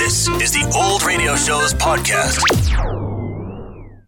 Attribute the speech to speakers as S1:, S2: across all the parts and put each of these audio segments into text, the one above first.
S1: This is the Old Radio Show's podcast.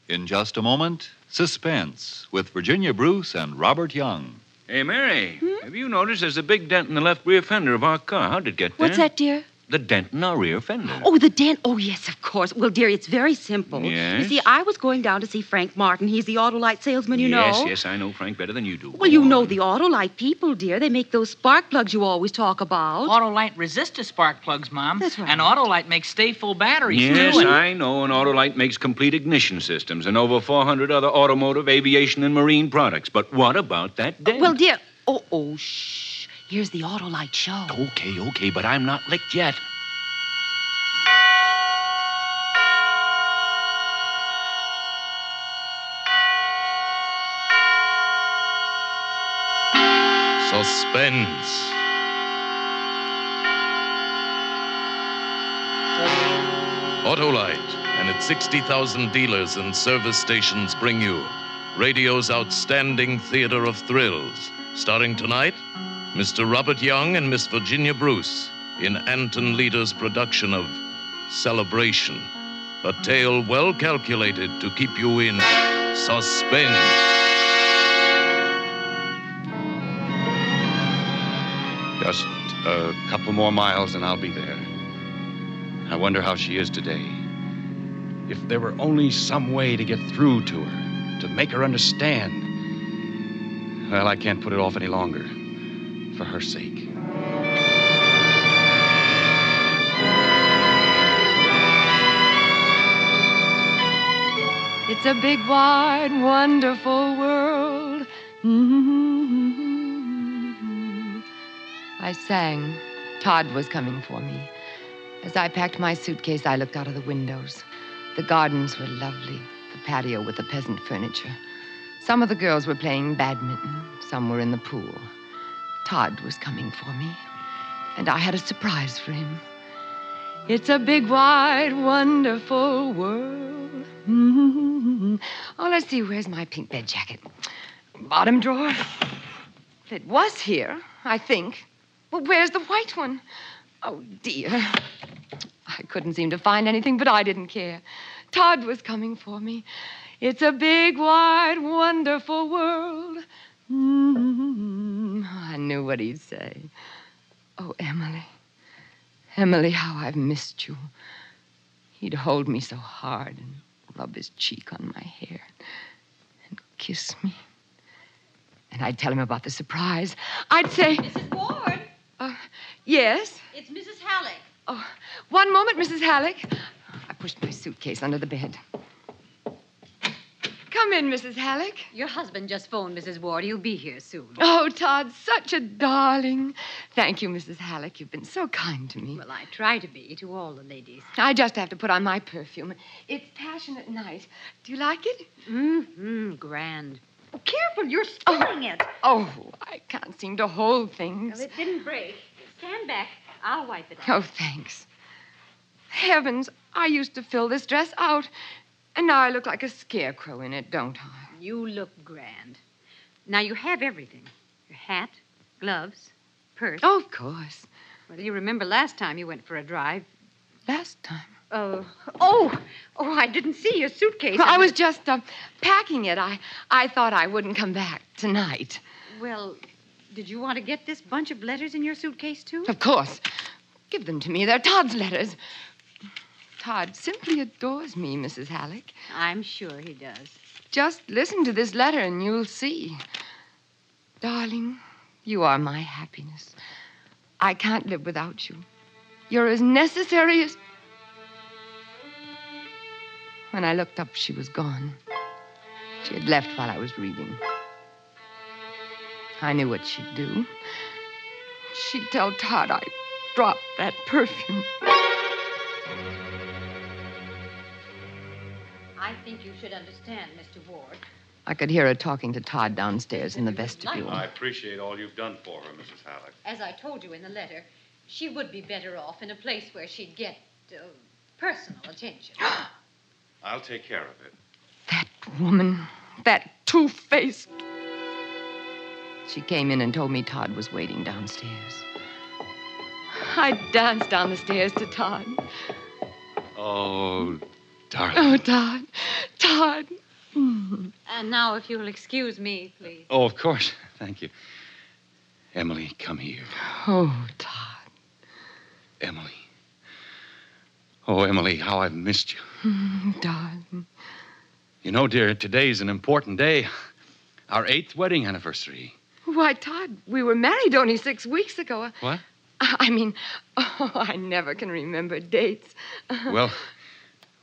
S2: In just a moment, Suspense with Virginia Bruce and Robert Young.
S3: Hey, Mary,
S4: Hmm?
S3: have you noticed there's a big dent in the left rear fender of our car? How'd it get there?
S4: What's that, dear?
S3: The dent in our rear fender.
S4: Oh, the dent. Oh, yes, of course. Well, dear, it's very simple.
S3: Yes?
S4: You see, I was going down to see Frank Martin. He's the Autolite salesman, you
S3: yes,
S4: know.
S3: yes, I know Frank better than you do.
S4: Well, you know the Autolite people, dear. They make those spark plugs you always talk about.
S5: Autolite resistor spark plugs, Mom.
S4: That's right.
S5: And Autolite makes stay full batteries,
S3: Yes,
S5: too. And-
S3: I know. An Autolite makes complete ignition systems and over 400 other automotive, aviation, and marine products. But what about that dent?
S4: well, dear. Oh, oh, shh. Here's the Autolite show.
S3: Okay, okay, but I'm not licked yet.
S6: Suspense. Autolite and its 60,000 dealers and service stations bring you radio's outstanding theater of thrills. Starring tonight, Mr. Robert Young and Miss Virginia Bruce in Anton Leder's production of Celebration, a tale well calculated to keep you in suspense.
S7: Just a couple more miles and I'll be there. I wonder how she is today. If there were only some way to get through to her, to make her understand. Well, I can't put it off any longer. For her sake.
S8: It's a big, wide, wonderful world. Mm-hmm. I sang. Todd was coming for me. As I packed my suitcase, I looked out of the windows. The gardens were lovely, the patio with the peasant furniture. Some of the girls were playing badminton, some were in the pool. Todd was coming for me, and I had a surprise for him. It's a big, wide, wonderful world. Mm-hmm. Oh, let's see, where's my pink bed jacket? Bottom drawer. It was here, I think. Well, where's the white one? Oh, dear. I couldn't seem to find anything, but I didn't care. Todd was coming for me. It's a big, wide, wonderful world. Mm-hmm. I knew what he'd say. Oh, Emily. Emily, how I've missed you. He'd hold me so hard and rub his cheek on my hair and kiss me. And I'd tell him about the surprise. I'd say,
S9: Mrs. Ward,
S8: Yes,
S9: it's Mrs. Halleck.
S8: one moment, Mrs. Halleck. I pushed my suitcase under the bed. Come in, Mrs. Halleck.
S9: Your husband just phoned, Mrs. Ward. He'll be here soon.
S8: Oh, Todd, such a darling. Thank you, Mrs. Halleck. You've been so kind to me.
S9: Well, I try to be to all the ladies.
S8: I just have to put on my perfume. It's Passionate Night. Do you like it?
S9: Mm-hmm, grand. Oh, careful, you're spilling it.
S8: Oh, I can't seem to hold things.
S9: it didn't break. Stand back. I'll wipe it
S8: Oh, thanks. Heavens, I used to fill this dress out, and now I look like a scarecrow in it, don't I?
S9: You look grand. Now, you have everything. Your hat, gloves, purse.
S8: Oh, of course.
S9: Well, you remember last time you went for a drive.
S8: Last time.
S9: Oh, oh, oh, I didn't see your suitcase.
S8: Well, I was just uh, packing it. I, I thought I wouldn't come back tonight.
S9: Well, did you want to get this bunch of letters in your suitcase, too?
S8: Of course. Give them to me. They're Todd's letters. Todd simply adores me, Mrs. Halleck.
S9: I'm sure he does.
S8: Just listen to this letter and you'll see. Darling, you are my happiness. I can't live without you. You're as necessary as. When I looked up, she was gone. She had left while I was reading. I knew what she'd do. She'd tell Todd I dropped that perfume.
S9: I think you should understand, Mr. Ward.
S8: I could hear her talking to Todd downstairs in the vestibule.
S6: I appreciate all you've done for her, Mrs. Halleck.
S9: As I told you in the letter, she would be better off in a place where she'd get uh, personal attention.
S6: I'll take care of it.
S8: That woman, that two faced. She came in and told me Todd was waiting downstairs. I danced down the stairs to Todd.
S7: Oh, darling.
S8: Oh, Todd. Todd.
S9: And now, if you'll excuse me, please.
S7: Oh, of course. Thank you. Emily, come here.
S8: Oh, Todd.
S7: Emily. Oh, Emily, how I've missed you.
S8: Darling.
S7: You know, dear, today's an important day. Our eighth wedding anniversary.
S8: Why, Todd, we were married only six weeks ago.
S7: What?
S8: I I mean, oh, I never can remember dates.
S7: Well,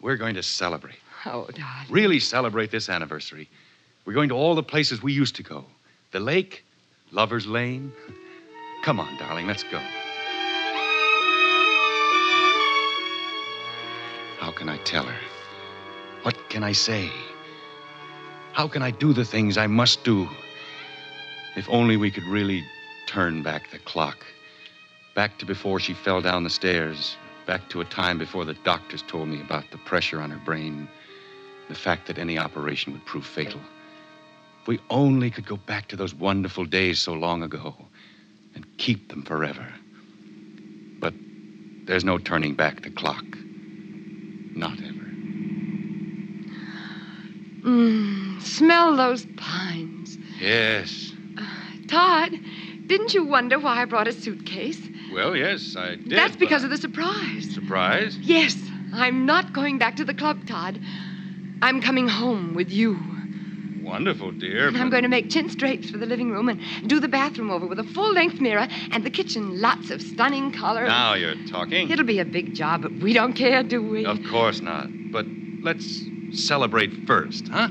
S7: we're going to celebrate.
S8: Oh, Todd.
S7: Really celebrate this anniversary. We're going to all the places we used to go the lake, Lover's Lane. Come on, darling, let's go. How can I tell her? What can I say? How can I do the things I must do? If only we could really turn back the clock. Back to before she fell down the stairs. Back to a time before the doctors told me about the pressure on her brain. The fact that any operation would prove fatal. If we only could go back to those wonderful days so long ago and keep them forever. But there's no turning back the clock. Not ever.
S8: Mm, smell those pines.
S7: Yes.
S8: Todd, didn't you wonder why I brought a suitcase?
S7: Well, yes, I did.
S8: That's because of the surprise.
S7: surprise.
S8: Yes, I'm not going back to the club, Todd. I'm coming home with you.
S7: Wonderful, dear.
S8: And I'm going to make chintz drapes for the living room and do the bathroom over with a full length mirror and the kitchen lots of stunning color.
S7: Now you're talking.
S8: It'll be a big job, but we don't care, do we?
S7: Of course not. But let's celebrate first, huh?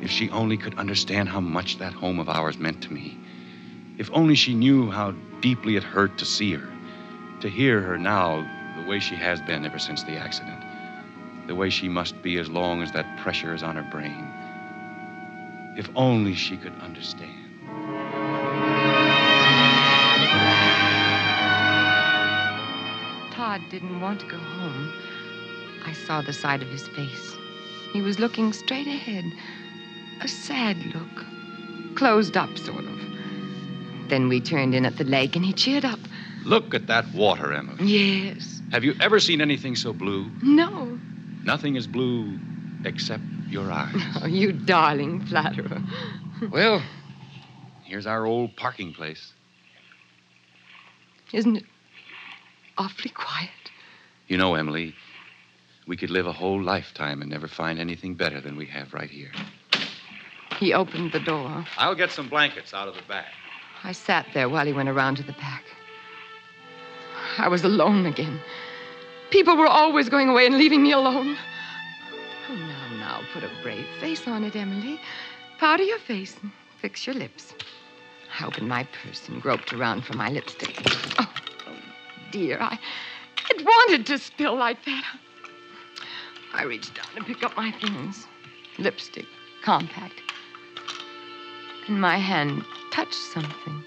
S7: If she only could understand how much that home of ours meant to me. If only she knew how deeply it hurt to see her, to hear her now the way she has been ever since the accident, the way she must be as long as that pressure is on her brain. If only she could understand.
S8: Todd didn't want to go home. I saw the side of his face. He was looking straight ahead. A sad look. Closed up, sort of. Then we turned in at the lake and he cheered up.
S7: Look at that water, Emily.
S8: Yes.
S7: Have you ever seen anything so blue?
S8: No.
S7: Nothing is blue except your eyes.
S8: Oh, you darling flatterer.
S7: well, here's our old parking place.
S8: Isn't it awfully quiet?
S7: You know, Emily, we could live a whole lifetime and never find anything better than we have right here.
S8: He opened the door.
S7: I'll get some blankets out of the back.
S8: I sat there while he went around to the back. I was alone again. People were always going away and leaving me alone. Oh, now, now, put a brave face on it, Emily. Powder your face and fix your lips. I opened my purse and groped around for my lipstick. Oh, oh, dear, I it wanted to spill like that. I reached down to pick up my things. Lipstick, compact. And my hand touched something.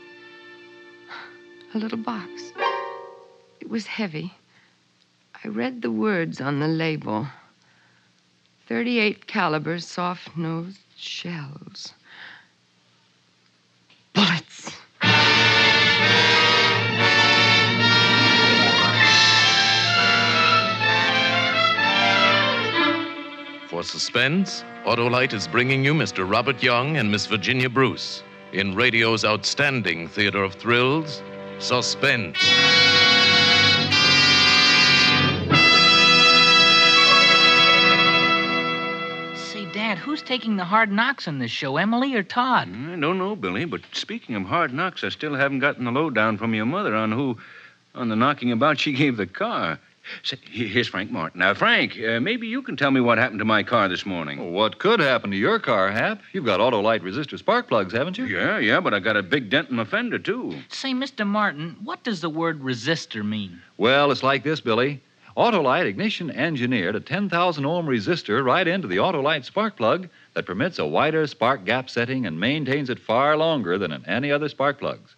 S8: A little box. It was heavy. I read the words on the label 38 caliber soft nosed shells. Bullets.
S6: For suspense, Autolite is bringing you Mr. Robert Young and Miss Virginia Bruce in radio's outstanding theater of thrills, Suspense.
S5: Say, Dad, who's taking the hard knocks in this show, Emily or Todd?
S7: Mm-hmm.
S3: I don't know, Billy, but speaking of hard knocks, I still haven't gotten the lowdown from your mother on who, on the knocking about she gave the car. Say, he- here's Frank Martin. Now, Frank, uh, maybe you can tell me what happened to my car this morning.
S2: What could happen to your car, Hap? You've got Autolite resistor spark plugs, haven't you?
S3: Yeah, yeah, but I got a big dent in my fender, too.
S5: Say, Mr. Martin, what does the word resistor mean?
S2: Well, it's like this, Billy. Autolite ignition engineered a 10,000 ohm resistor right into the Autolite spark plug that permits a wider spark gap setting and maintains it far longer than in any other spark plugs.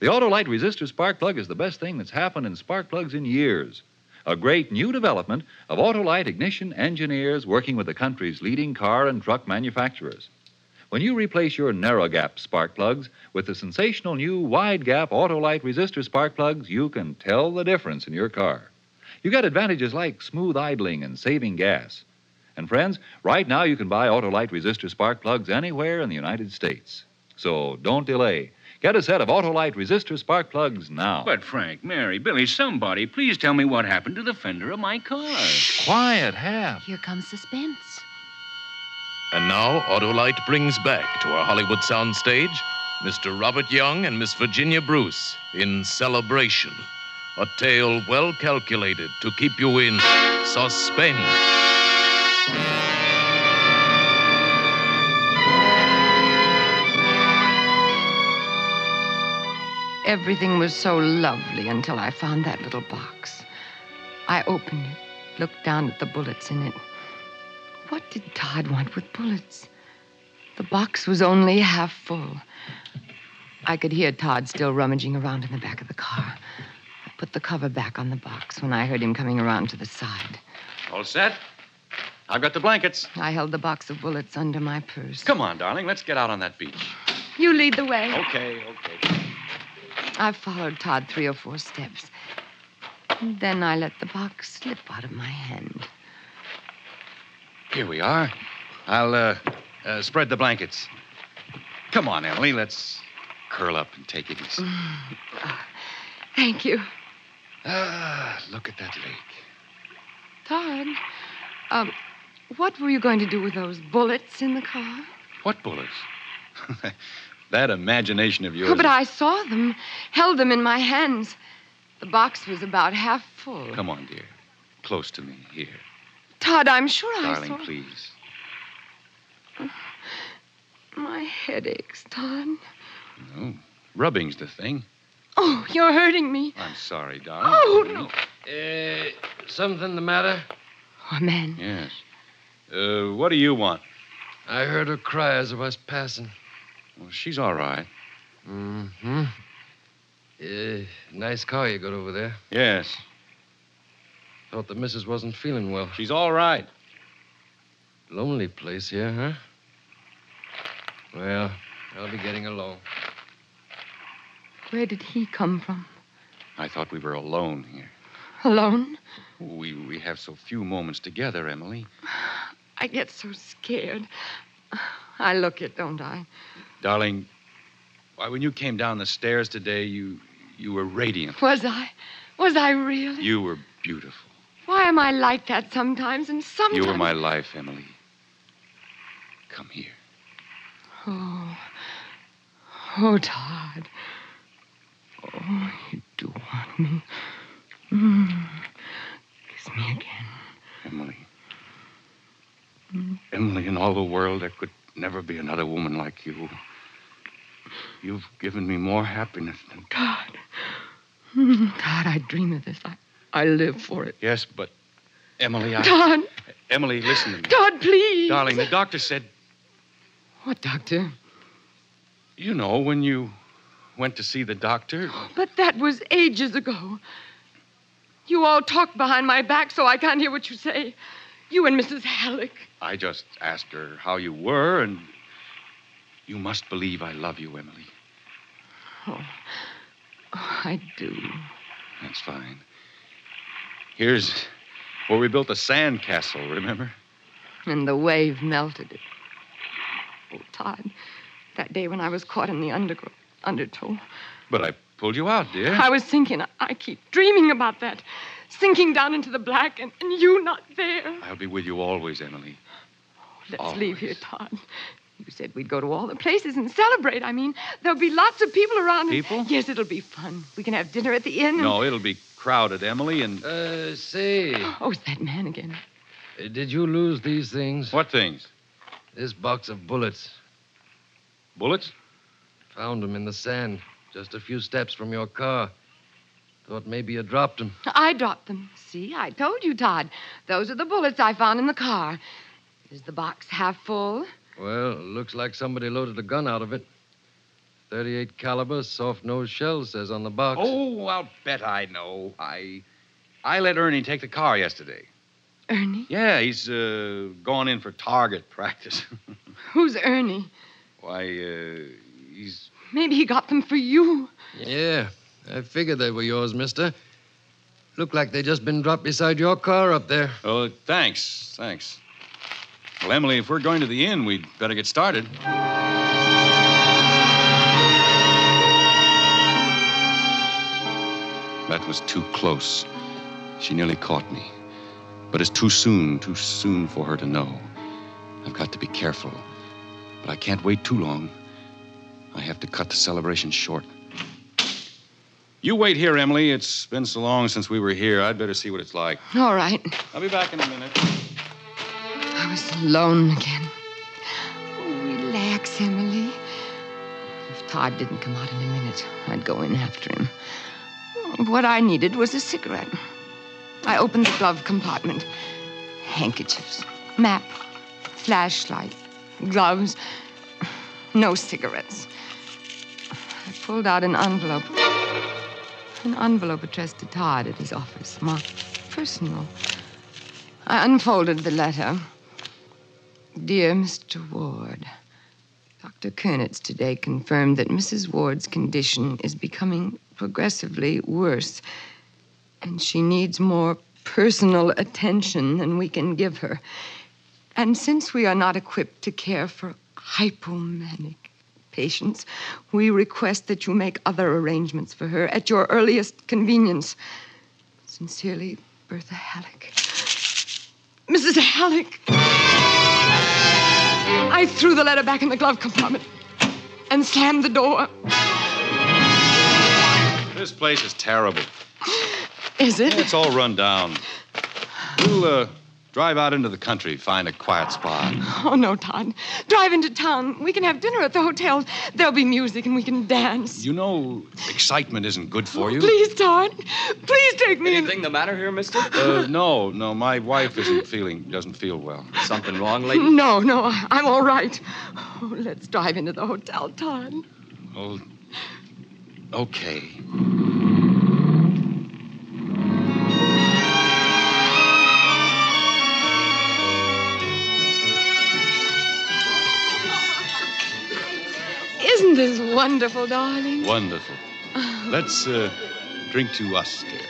S2: The Autolite resistor spark plug is the best thing that's happened in spark plugs in years. A great new development of Autolite ignition engineers working with the country's leading car and truck manufacturers. when you replace your narrow gap spark plugs with the sensational new wide gap Autolite resistor spark plugs, you can tell the difference in your car. You get advantages like smooth idling and saving gas. And friends, right now you can buy Autolite resistor spark plugs anywhere in the United States. So don't delay. Get a set of Autolite resistor spark plugs now.
S3: But, Frank, Mary, Billy, somebody, please tell me what happened to the fender of my car.
S2: Quiet, Hap.
S4: Here comes suspense.
S6: And now, Autolite brings back to our Hollywood soundstage Mr. Robert Young and Miss Virginia Bruce in Celebration, a tale well calculated to keep you in suspense.
S8: Everything was so lovely until I found that little box. I opened it, looked down at the bullets in it. What did Todd want with bullets? The box was only half full. I could hear Todd still rummaging around in the back of the car. I put the cover back on the box when I heard him coming around to the side.
S7: All set? I've got the blankets.
S8: I held the box of bullets under my purse.
S7: Come on, darling. Let's get out on that beach.
S8: You lead the way.
S7: Okay, okay.
S8: I followed Todd three or four steps. And then I let the box slip out of my hand.
S7: Here we are. I'll uh, uh, spread the blankets. Come on, Emily. Let's curl up and take it easy.
S8: Mm. Thank you.
S7: Ah, look at that lake.
S8: Todd, um, what were you going to do with those bullets in the car?
S7: What bullets? that imagination of yours.
S8: Oh, but I saw them, held them in my hands. The box was about half full.
S7: Come on, dear. Close to me. Here.
S8: Todd, I'm sure I
S7: Darling,
S8: saw.
S7: please.
S8: My head aches, Todd.
S7: No. Rubbing's the thing.
S8: Oh, you're hurting me.
S7: I'm sorry, darling.
S8: Oh, no.
S10: Uh, something the matter?
S8: Oh, man.
S7: Yes. Uh, what do you want?
S10: I heard her cry as I was passing.
S7: Well, she's all right.
S10: Mm-hmm. Uh, nice car you got over there.
S7: Yes.
S10: Thought the missus wasn't feeling well.
S7: She's all right.
S10: Lonely place here, huh? Well, I'll be getting along.
S8: Where did he come from?
S7: I thought we were alone here.
S8: Alone?
S7: We, we have so few moments together, Emily.
S8: I get so scared. I look it, don't I?
S7: Darling, why, when you came down the stairs today, you, you were radiant.
S8: Was I? Was I really?
S7: You were beautiful.
S8: Why am I like that sometimes and sometimes?
S7: You were my life, Emily. Come here.
S8: Oh. Oh, Todd. Oh, you do want me. Mm. Kiss me again.
S7: Emily. Emily, in all the world, there could never be another woman like you. You've given me more happiness than.
S8: Todd. Mm, Todd, I dream of this. I, I live for it.
S7: Yes, but. Emily, I.
S8: Todd,
S7: Emily, Uh, listen to me.
S8: Todd, please.
S7: Darling, the doctor said,
S8: What, Doctor?
S7: you know, when you went to see the doctor.
S8: But that was ages ago. You all talk behind my back so I can't hear what you say. You and Mrs. Halleck.
S7: I just asked her how you were, and. You must believe I love you, Emily.
S8: Oh, I do.
S7: That's fine. Here's where we built the sand castle, remember?
S8: And the wave melted it. Oh, Todd, that day when I was caught in the undergro- undertow,
S7: But I pulled you out, dear.
S8: I was sinking. I keep dreaming about that. Sinking down into the black and, and you not there.
S7: I'll be with you always, Emily.
S8: Let's leave here, Todd. You said we'd go to all the places and celebrate. I mean, there'll be lots of people around. and-
S7: People?
S8: Yes, it'll be fun. We can have dinner at the inn. and-
S7: No, it'll be crowded, Emily, and.
S10: Uh, say, uh,
S8: Oh, it's that man again.
S10: did you lose these things?
S7: What things?
S10: This box of bullets.
S7: Bullets?
S10: Found them in the sand, just a few steps from your car. Thought maybe you dropped them.
S8: I dropped them. See, I told you, Todd. Those are the bullets I found in the car. Is the box half full?
S10: Well, looks like somebody loaded a gun out of it. 38 caliber, soft nose shell says on the box.
S7: Oh, I'll bet I know. I. I let Ernie take the car yesterday.
S8: Ernie?
S7: Yeah, he's uh, gone in for target practice.
S8: Who's Ernie?
S7: Why, uh, he's.
S8: Maybe he got them for you.
S10: Yeah, I figured they were yours, mister. Look like they just been dropped beside your car up there.
S7: Oh, thanks. Thanks. Well, Emily, if we're going to the inn, we'd better get started. That was too close. She nearly caught me. But it's too soon, too soon for her to know. I've got to be careful. But I can't wait too long. I have to cut the celebration short. You wait here, Emily. It's been so long since we were here. I'd better see what it's like.
S8: All right.
S7: I'll be back in a minute.
S8: I was alone again. Oh, relax, Emily. If Todd didn't come out in a minute, I'd go in after him. What I needed was a cigarette. I opened the glove compartment. Handkerchiefs, map, flashlight, gloves. No cigarettes. I pulled out an envelope. An envelope addressed to Todd at his office, marked personal. I unfolded the letter. Dear Mr. Ward, Dr. Kernitz today confirmed that Mrs. Ward's condition is becoming progressively worse, and she needs more personal attention than we can give her. And since we are not equipped to care for hypomanic patients, we request that you make other arrangements for her at your earliest convenience. Sincerely, Bertha Halleck. Mrs. Halleck! I threw the letter back in the glove compartment and slammed the door.
S7: This place is terrible.
S8: Is it?
S7: It's all run down. We'll uh, drive out into the country, find a quiet spot.
S8: Oh, no, Todd. Drive into town. We can have dinner at the hotel. There'll be music and we can dance.
S7: You know, excitement isn't good for you.
S8: Please, Todd. Please take me.
S11: Anything the matter here, mister?
S7: Uh, no, no, my wife isn't feeling, doesn't feel well.
S11: Something wrong, lady?
S8: in. No, no, I- I'm all right. Oh, let's drive into the hotel, Todd.
S7: Oh, okay.
S8: Isn't this wonderful, darling?
S7: Wonderful. Let's uh, drink to us, dear.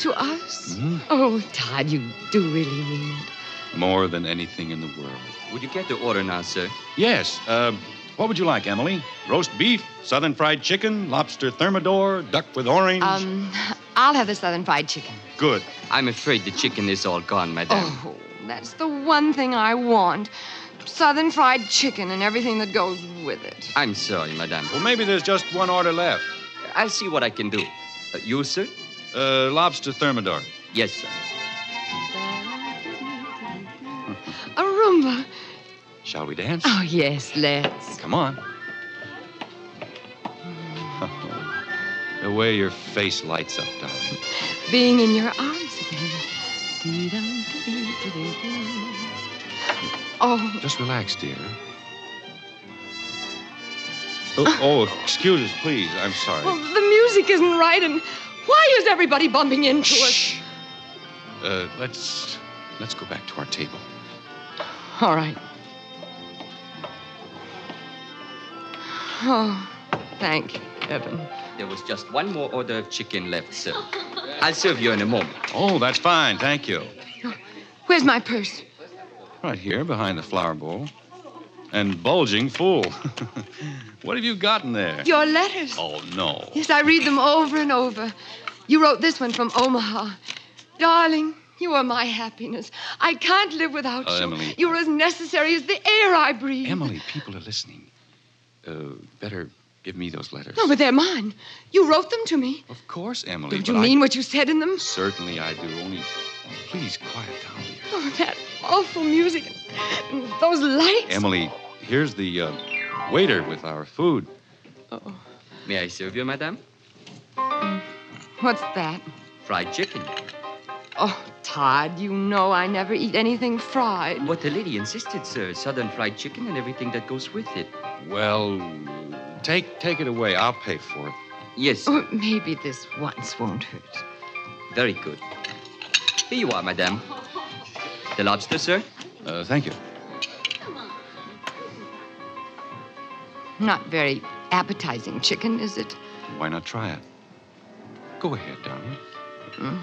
S8: To us? Oh, Todd, you do really mean it.
S7: More than anything in the world.
S11: Would you get the order now, sir?
S7: Yes. Uh, what would you like, Emily? Roast beef, southern fried chicken, lobster thermidor, duck with orange.
S8: Um, I'll have the southern fried chicken.
S7: Good.
S11: I'm afraid the chicken is all gone, madame.
S8: Oh. That's the one thing I want. Southern fried chicken and everything that goes with it.
S11: I'm sorry, madame.
S7: Well, maybe there's just one order left.
S11: I'll see what I can do. Uh, you, sir?
S7: Uh, lobster thermidor.
S11: Yes, sir.
S8: A Roomba.
S7: Shall we dance?
S8: Oh, yes, let's.
S7: Come on. the way your face lights up, darling.
S8: Being in your arms again. Dee-dum, dee-dum, dee-dum. Oh,
S7: Just relax, dear. Oh, oh, excuse us, please. I'm
S8: well,
S7: sorry.
S8: the music isn't right, and why is everybody bumping into us?
S7: Uh, let's let's go back to our table.
S8: All right. Oh, thank heaven.
S11: There was just one more order of chicken left, sir. I'll serve you in a moment.
S7: Oh, that's fine. Thank you.
S8: Where's my purse?
S7: Right here, behind the flower bowl. And bulging fool. what have you gotten there?
S8: Your letters.
S7: Oh, no.
S8: Yes, I read them over and over. You wrote this one from Omaha. Darling, you are my happiness. I can't live without
S7: Oh,
S8: you.
S7: Emily.
S8: You're as necessary as the air I breathe.
S7: Emily, people are listening. Uh, better give me those letters.
S8: No, but they're mine. You wrote them to me.
S7: Of course, Emily.
S8: Don't you
S7: but I-
S8: mean what you said in them?
S7: Certainly I do. Only, please quiet down, dear.
S8: Oh, that awful music and those lights.
S7: Emily, here's the uh, waiter with our food.
S11: May I serve you, madame?
S8: What's that?
S11: Fried chicken.
S8: Oh, Todd, you know I never eat anything fried.
S11: What the lady insisted, sir. Southern fried chicken and everything that goes with it.
S7: Well, take take it away. I'll pay for it.
S11: Yes, sir.
S8: Oh, maybe this once won't hurt.
S11: Very good. Here you are, madame. The lobster, sir?
S7: Uh, thank you.
S8: Not very appetizing chicken, is it?
S7: Why not try it? Go ahead, Donald.
S8: Mm.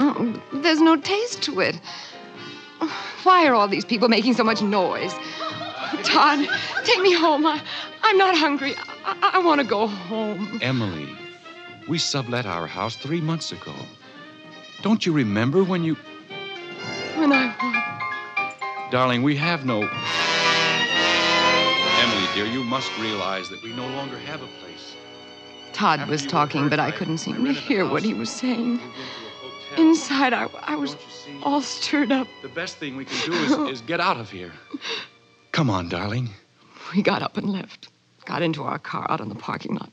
S8: Oh, there's no taste to it. Why are all these people making so much noise? Todd, take me home. I, I'm not hungry. I, I want to go home.
S7: Emily, we sublet our house three months ago. Don't you remember when you.
S8: When I.
S7: Darling, we have no. Emily, dear, you must realize that we no longer have a place.
S8: Todd was talking, but I couldn't seem to hear what he was saying. Inside, I, I was all stirred up.
S7: The best thing we can do is, is get out of here. Come on, darling.
S8: We got up and left. Got into our car out in the parking lot.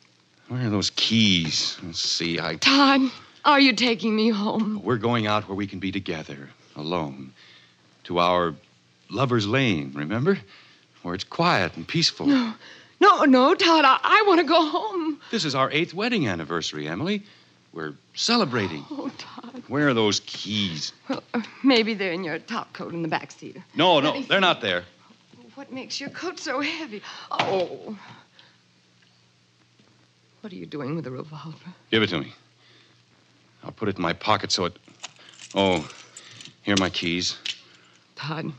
S7: Where are those keys? Let's see, I.
S8: Todd, are you taking me home?
S7: We're going out where we can be together, alone. To our lover's lane, remember? Where it's quiet and peaceful.
S8: No, no, no, Todd. I, I want to go home.
S7: This is our eighth wedding anniversary, Emily. We're celebrating.
S8: Oh, Todd.
S7: Where are those keys?
S8: Well, uh, maybe they're in your top coat in the back seat.
S7: No, no, they're not there.
S8: What makes your coat so heavy? Oh. What are you doing with the revolver?
S7: Give it to me. I'll put it in my pocket so it. Oh, here are my keys.
S8: Todd,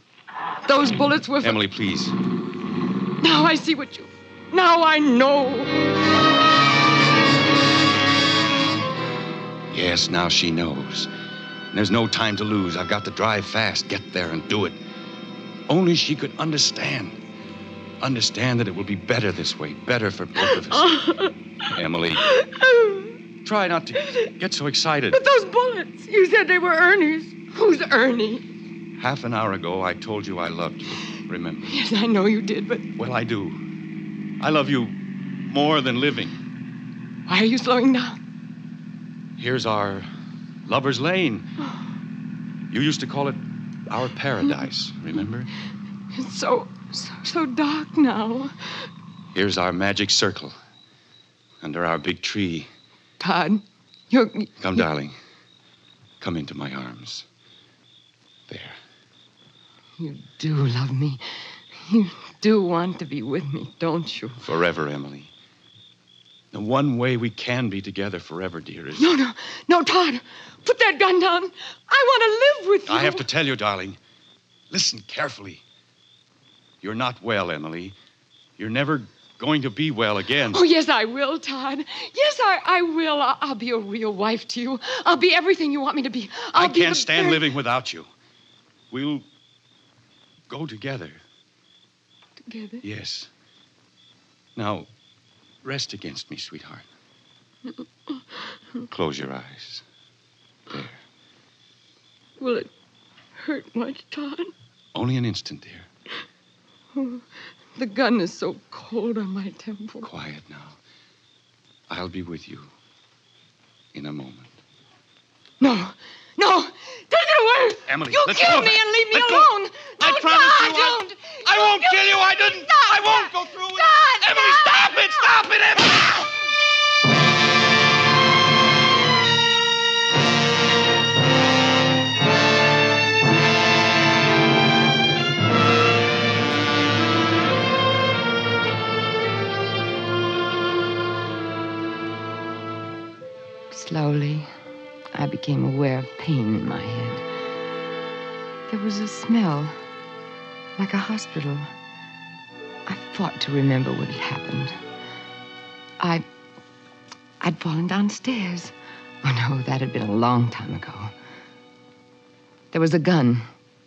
S8: those bullets were. for-
S7: Emily, please.
S8: Now I see what you. Now I know.
S7: Yes, now she knows. And there's no time to lose. I've got to drive fast, get there, and do it. Only she could understand. Understand that it will be better this way, better for both of us. Emily, try not to get so excited.
S8: But those bullets! You said they were Ernie's. Who's Ernie?
S7: Half an hour ago, I told you I loved you. Remember?
S8: Yes, I know you did, but
S7: Well, I do. I love you more than living.
S8: why are you slowing down?
S7: Here's our lover's lane. You used to call it our paradise, remember?
S8: It's so, so, so dark now.
S7: Here's our magic circle under our big tree.
S8: Todd, you're.
S7: Come, darling. Come into my arms.
S8: You do love me. You do want to be with me, don't you?
S7: Forever, Emily. The one way we can be together forever, dear, is.
S8: No, no, no, Todd. Put that gun down. I want to live with you.
S7: I have to tell you, darling. Listen carefully. You're not well, Emily. You're never going to be well again.
S8: Oh, yes, I will, Todd. Yes, I, I will. I'll, I'll be a real wife to you. I'll be everything you want me to be. I'll
S7: I
S8: be
S7: can't
S8: the
S7: stand
S8: very-
S7: living without you. We'll go together.
S8: Together.
S7: Yes. Now, rest against me, sweetheart. Close your eyes.
S8: Will it hurt much, Todd?
S7: Only an instant, dear.
S8: Oh, the gun is so cold on my temple.
S7: Quiet now. I'll be with you in a moment.
S8: No, no, take it away.
S7: Emily,
S8: you
S7: let go
S8: kill
S7: of
S8: me
S7: it.
S8: and leave me
S7: Let go.
S8: alone.
S7: I
S8: Don't,
S7: promise
S8: Todd,
S7: you I-
S8: don't.
S7: I won't kill you. I didn't. I won't go through with it. Emily, stop it. Stop it, Emily.
S8: Slowly, I became aware of pain in my head. There was a smell, like a hospital. I fought to remember what had happened. I. I'd fallen downstairs. Oh, no, that had been a long time ago. There was a gun.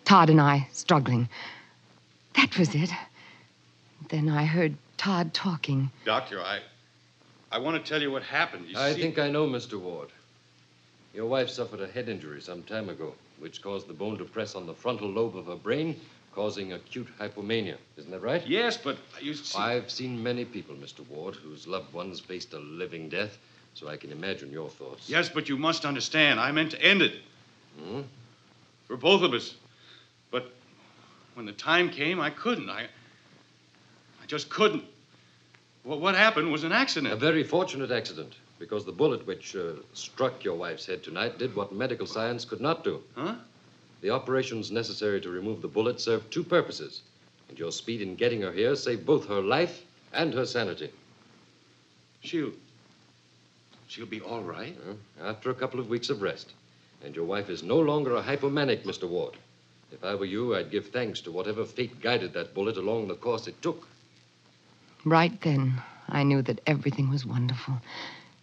S8: Todd and I struggling. That was it. Then I heard Todd talking.
S7: Doctor, I. I want to tell you what happened. You
S10: I
S7: see-
S10: think I know, Mr. Ward. Your wife suffered a head injury some time ago, which caused the bone to press on the frontal lobe of her brain, causing acute hypomania. Isn't that right?
S7: Yes, but you see.
S10: I've seen many people, Mr. Ward, whose loved ones faced a living death, so I can imagine your thoughts.
S7: Yes, but you must understand. I meant to end it. Hmm? For both of us. But when the time came, I couldn't. I. I just couldn't. Well, what happened was an accident.
S10: A very fortunate accident, because the bullet which uh, struck your wife's head tonight did what medical science could not do.
S7: Huh?
S10: The operations necessary to remove the bullet served two purposes And your speed in getting her here saved both her life and her sanity. She'll. She'll be all right? After a couple of weeks of rest. And your wife is no longer a hypomanic, Mr. Ward. If I were you, I'd give thanks to whatever fate guided that bullet along the course it took.
S8: Right then, I knew that everything was wonderful,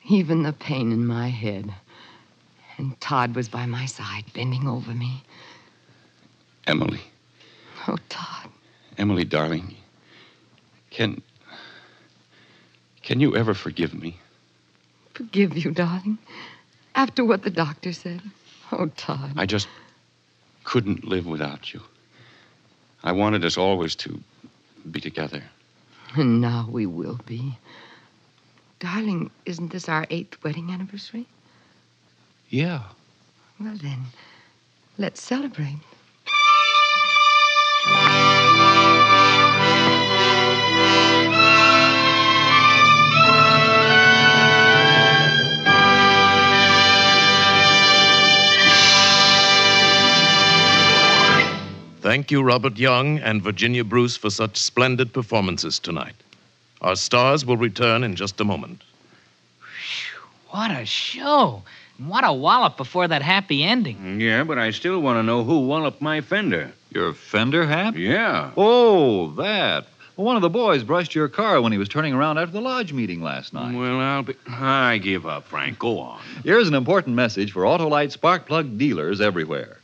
S8: even the pain in my head. And Todd was by my side, bending over me.
S7: Emily.
S8: Oh, Todd,
S7: Emily, darling, can. Can you ever forgive me?
S8: forgive you, darling. After what the doctor said. Oh, Todd.
S7: I just couldn't live without you. I wanted us always to be together.
S8: And now we will be. Darling, isn't this our eighth wedding anniversary?
S7: Yeah.
S8: Well, then, let's celebrate.
S6: Thank you, Robert Young and Virginia Bruce, for such splendid performances tonight. Our stars will return in just a moment.
S5: What a show! And what a wallop before that happy ending.
S3: Yeah, but I still want to know who walloped my fender.
S2: Your fender hap?
S3: Yeah.
S2: Oh, that. Well, one of the boys brushed your car when he was turning around after the lodge meeting last night.
S3: Well, I'll be. I give up, Frank. Go on.
S2: Here's an important message for Autolite spark plug dealers everywhere.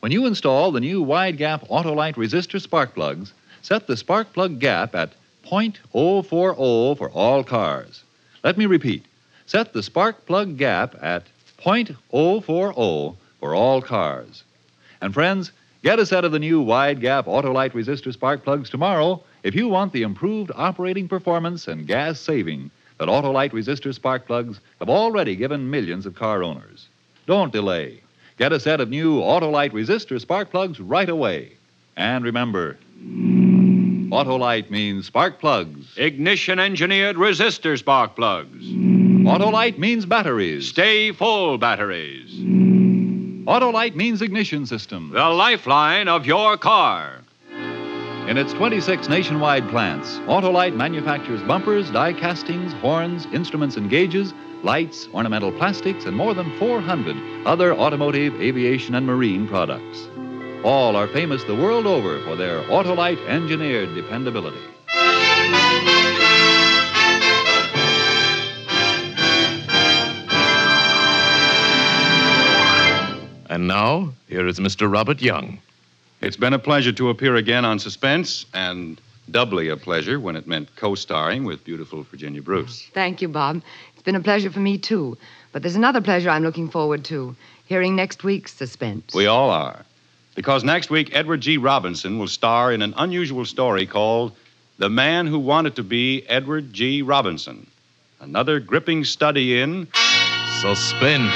S2: When you install the new wide gap Autolite resistor spark plugs, set the spark plug gap at 0.040 for all cars. Let me repeat set the spark plug gap at 0.040 for all cars. And friends, get a set of the new wide gap Autolite resistor spark plugs tomorrow if you want the improved operating performance and gas saving that Autolite resistor spark plugs have already given millions of car owners. Don't delay. Get a set of new Autolite resistor spark plugs right away. And remember, Autolite means spark plugs.
S3: Ignition engineered resistor spark plugs.
S2: Autolite means batteries. Hmm.
S3: Stay full batteries.
S2: Autolite means ignition system.
S3: The lifeline of your car.
S2: In its 26 nationwide plants, Autolite manufactures bumpers, die castings, horns, instruments and gauges, lights, ornamental plastics, and more than 400 other automotive, aviation, and marine products. All are famous the world over for their Autolite engineered dependability.
S6: And now, here is Mr. Robert Young.
S7: It's been a pleasure to appear again on Suspense, and doubly a pleasure when it meant co starring with beautiful Virginia Bruce.
S8: Thank you, Bob. It's been a pleasure for me, too. But there's another pleasure I'm looking forward to hearing next week's suspense.
S7: We all are. Because next week, Edward G. Robinson will star in an unusual story called The Man Who Wanted to Be Edward G. Robinson. Another gripping study in
S6: suspense.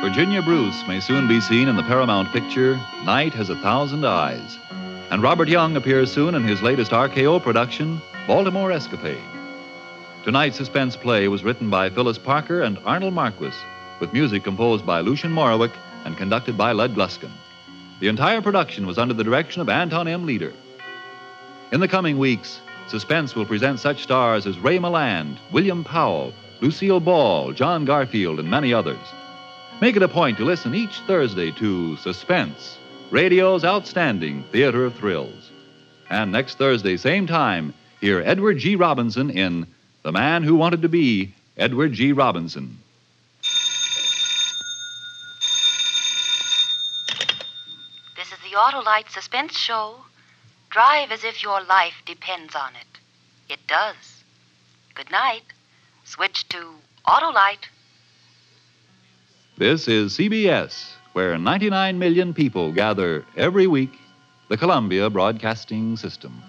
S2: Virginia Bruce may soon be seen in the Paramount picture Night Has a Thousand Eyes. And Robert Young appears soon in his latest RKO production, Baltimore Escapade. Tonight's suspense play was written by Phyllis Parker and Arnold Marquis, with music composed by Lucian Morowick and conducted by Lud Gluskin. The entire production was under the direction of Anton M. Leader. In the coming weeks, Suspense will present such stars as Ray Milland, William Powell, Lucille Ball, John Garfield, and many others. Make it a point to listen each Thursday to Suspense, radio's outstanding theater of thrills. And next Thursday, same time, hear Edward G. Robinson in The Man Who Wanted to Be Edward G. Robinson.
S12: This is the Autolite Suspense Show. Drive as if your life depends on it. It does. Good night. Switch to Autolite.
S2: This is CBS, where 99 million people gather every week, the Columbia Broadcasting System.